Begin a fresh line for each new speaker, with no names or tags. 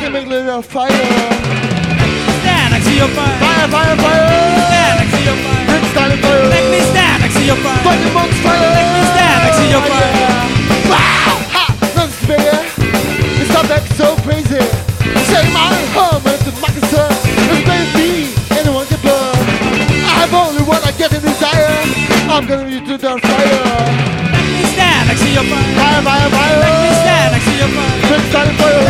give me glitter fire.
stand next to your fire.
Fire, fire, fire.
Stand next to your fire.
It's time to fire.
Let me stand next to your fire.
Fucking monks fire. Let
me stand next to your fire.
Wow. Ha. Thanks, baby. It's not that so crazy. Say my home is the moccasin. It's baby. Anyone can burn. I have only what I get and desire. I'm gonna be to the fire.
Let me stand next to your fire.
Fire, fire, fire.
Stand next to your fire.
It's time to fire.